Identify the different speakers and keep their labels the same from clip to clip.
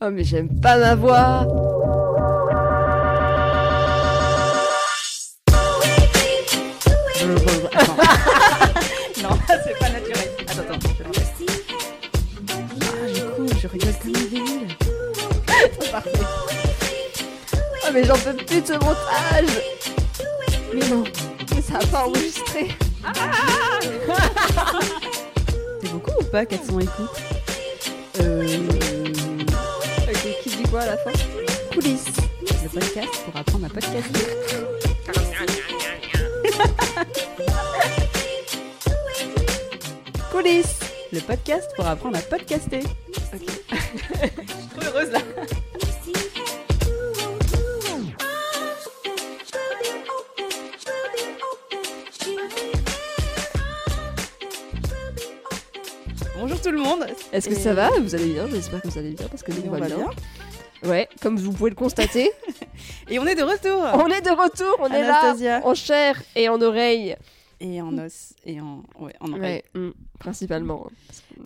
Speaker 1: Oh mais j'aime pas ma voix
Speaker 2: Non, c'est pas naturel. Attends, attends.
Speaker 1: Je rigole comme une débile. Oh mais j'en peux plus de ce montage Mais non, mais ça a pas enregistré
Speaker 2: Ah. C'est beaucoup ou pas 400 écoutes
Speaker 1: Euh, Ok, qui dit quoi à la fin
Speaker 2: Coulisses. Le podcast pour apprendre à podcaster.
Speaker 1: Coulisses
Speaker 2: Le podcast pour apprendre à podcaster. Ok. Je suis trop heureuse là. Bonjour tout le monde.
Speaker 1: Est-ce que
Speaker 2: Et-
Speaker 1: ça va Vous allez bien J'espère que vous allez bien parce que euh, nous
Speaker 2: Et
Speaker 1: on va bien. Ouais, comme vous pouvez le constater,
Speaker 2: Et on est de retour.
Speaker 1: on est de retour, on est là
Speaker 2: Anastasia.
Speaker 1: en chair et en oreille.
Speaker 2: Et en os. Et en. Ouais, en oreille.
Speaker 1: Ouais, mm, principalement.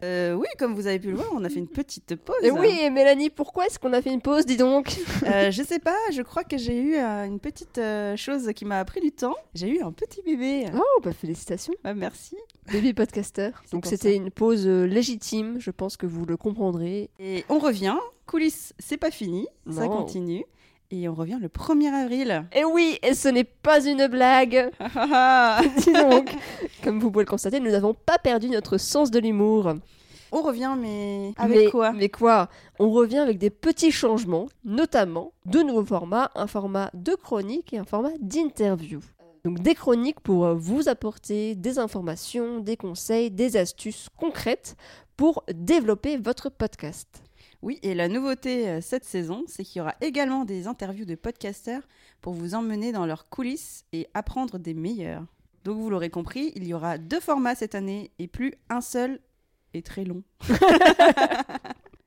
Speaker 2: Euh, oui, comme vous avez pu le voir, on a fait une petite pause.
Speaker 1: Et oui, et Mélanie, pourquoi est-ce qu'on a fait une pause, dis donc
Speaker 2: Euh, je sais pas, je crois que j'ai eu euh, une petite euh, chose qui m'a pris du temps. J'ai eu un petit bébé.
Speaker 1: Oh, bah félicitations,
Speaker 2: Bah, merci.
Speaker 1: bébé podcasteur.
Speaker 2: C'est
Speaker 1: Donc
Speaker 2: pour
Speaker 1: c'était une pause euh, légitime, je pense que vous le comprendrez.
Speaker 2: Et on revient. Coulisses, c'est pas fini. Ça
Speaker 1: Non.
Speaker 2: continue. Et on revient le 1er avril.
Speaker 1: Et oui, et ce n'est pas une blague
Speaker 2: Ah, ah, ah.
Speaker 1: Dis donc Comme vous pouvez le constater, nous n'avons pas perdu notre sens de l'humour.
Speaker 2: on revient, mais avec
Speaker 1: mais,
Speaker 2: quoi
Speaker 1: Mais quoi On revient avec des petits changements, notamment deux nouveaux formats, un format de chronique et un format d'interview. Donc des chroniques pour euh, vous apporter des informations, des conseils, des astuces concrètes pour développer votre podcast.
Speaker 2: Oui, et la nouveauté euh, cette saison, c'est qu'il y aura également des interviews de podcasteurs pour vous emmener dans leurs coulisses et apprendre des meilleurs. Donc vous l'aurez compris, il y aura deux formats cette année et plus un seul et très long.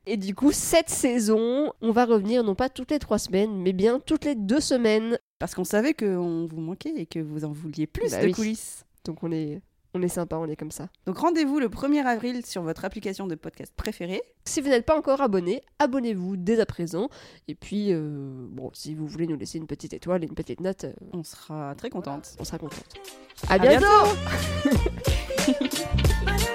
Speaker 1: Et du coup, cette saison, on va revenir non pas toutes les trois semaines, mais bien toutes les deux semaines.
Speaker 2: Parce qu'on savait qu'on vous manquait et que vous en vouliez plus
Speaker 1: Bah
Speaker 2: de
Speaker 1: oui.
Speaker 2: coulisses.
Speaker 1: Donc on est, on est sympa, on est comme ça.
Speaker 2: Donc rendez-vous le 1er avril sur votre application de podcast préférée.
Speaker 1: Si vous n'êtes pas encore abonné, abonnez-vous dès à présent. Et puis, euh, bon, si vous voulez nous laisser une petite étoile et une petite note, euh,
Speaker 2: On sera très contente.
Speaker 1: on sera contente.
Speaker 2: À bientôt
Speaker 1: à bientôt
Speaker 3: Bye.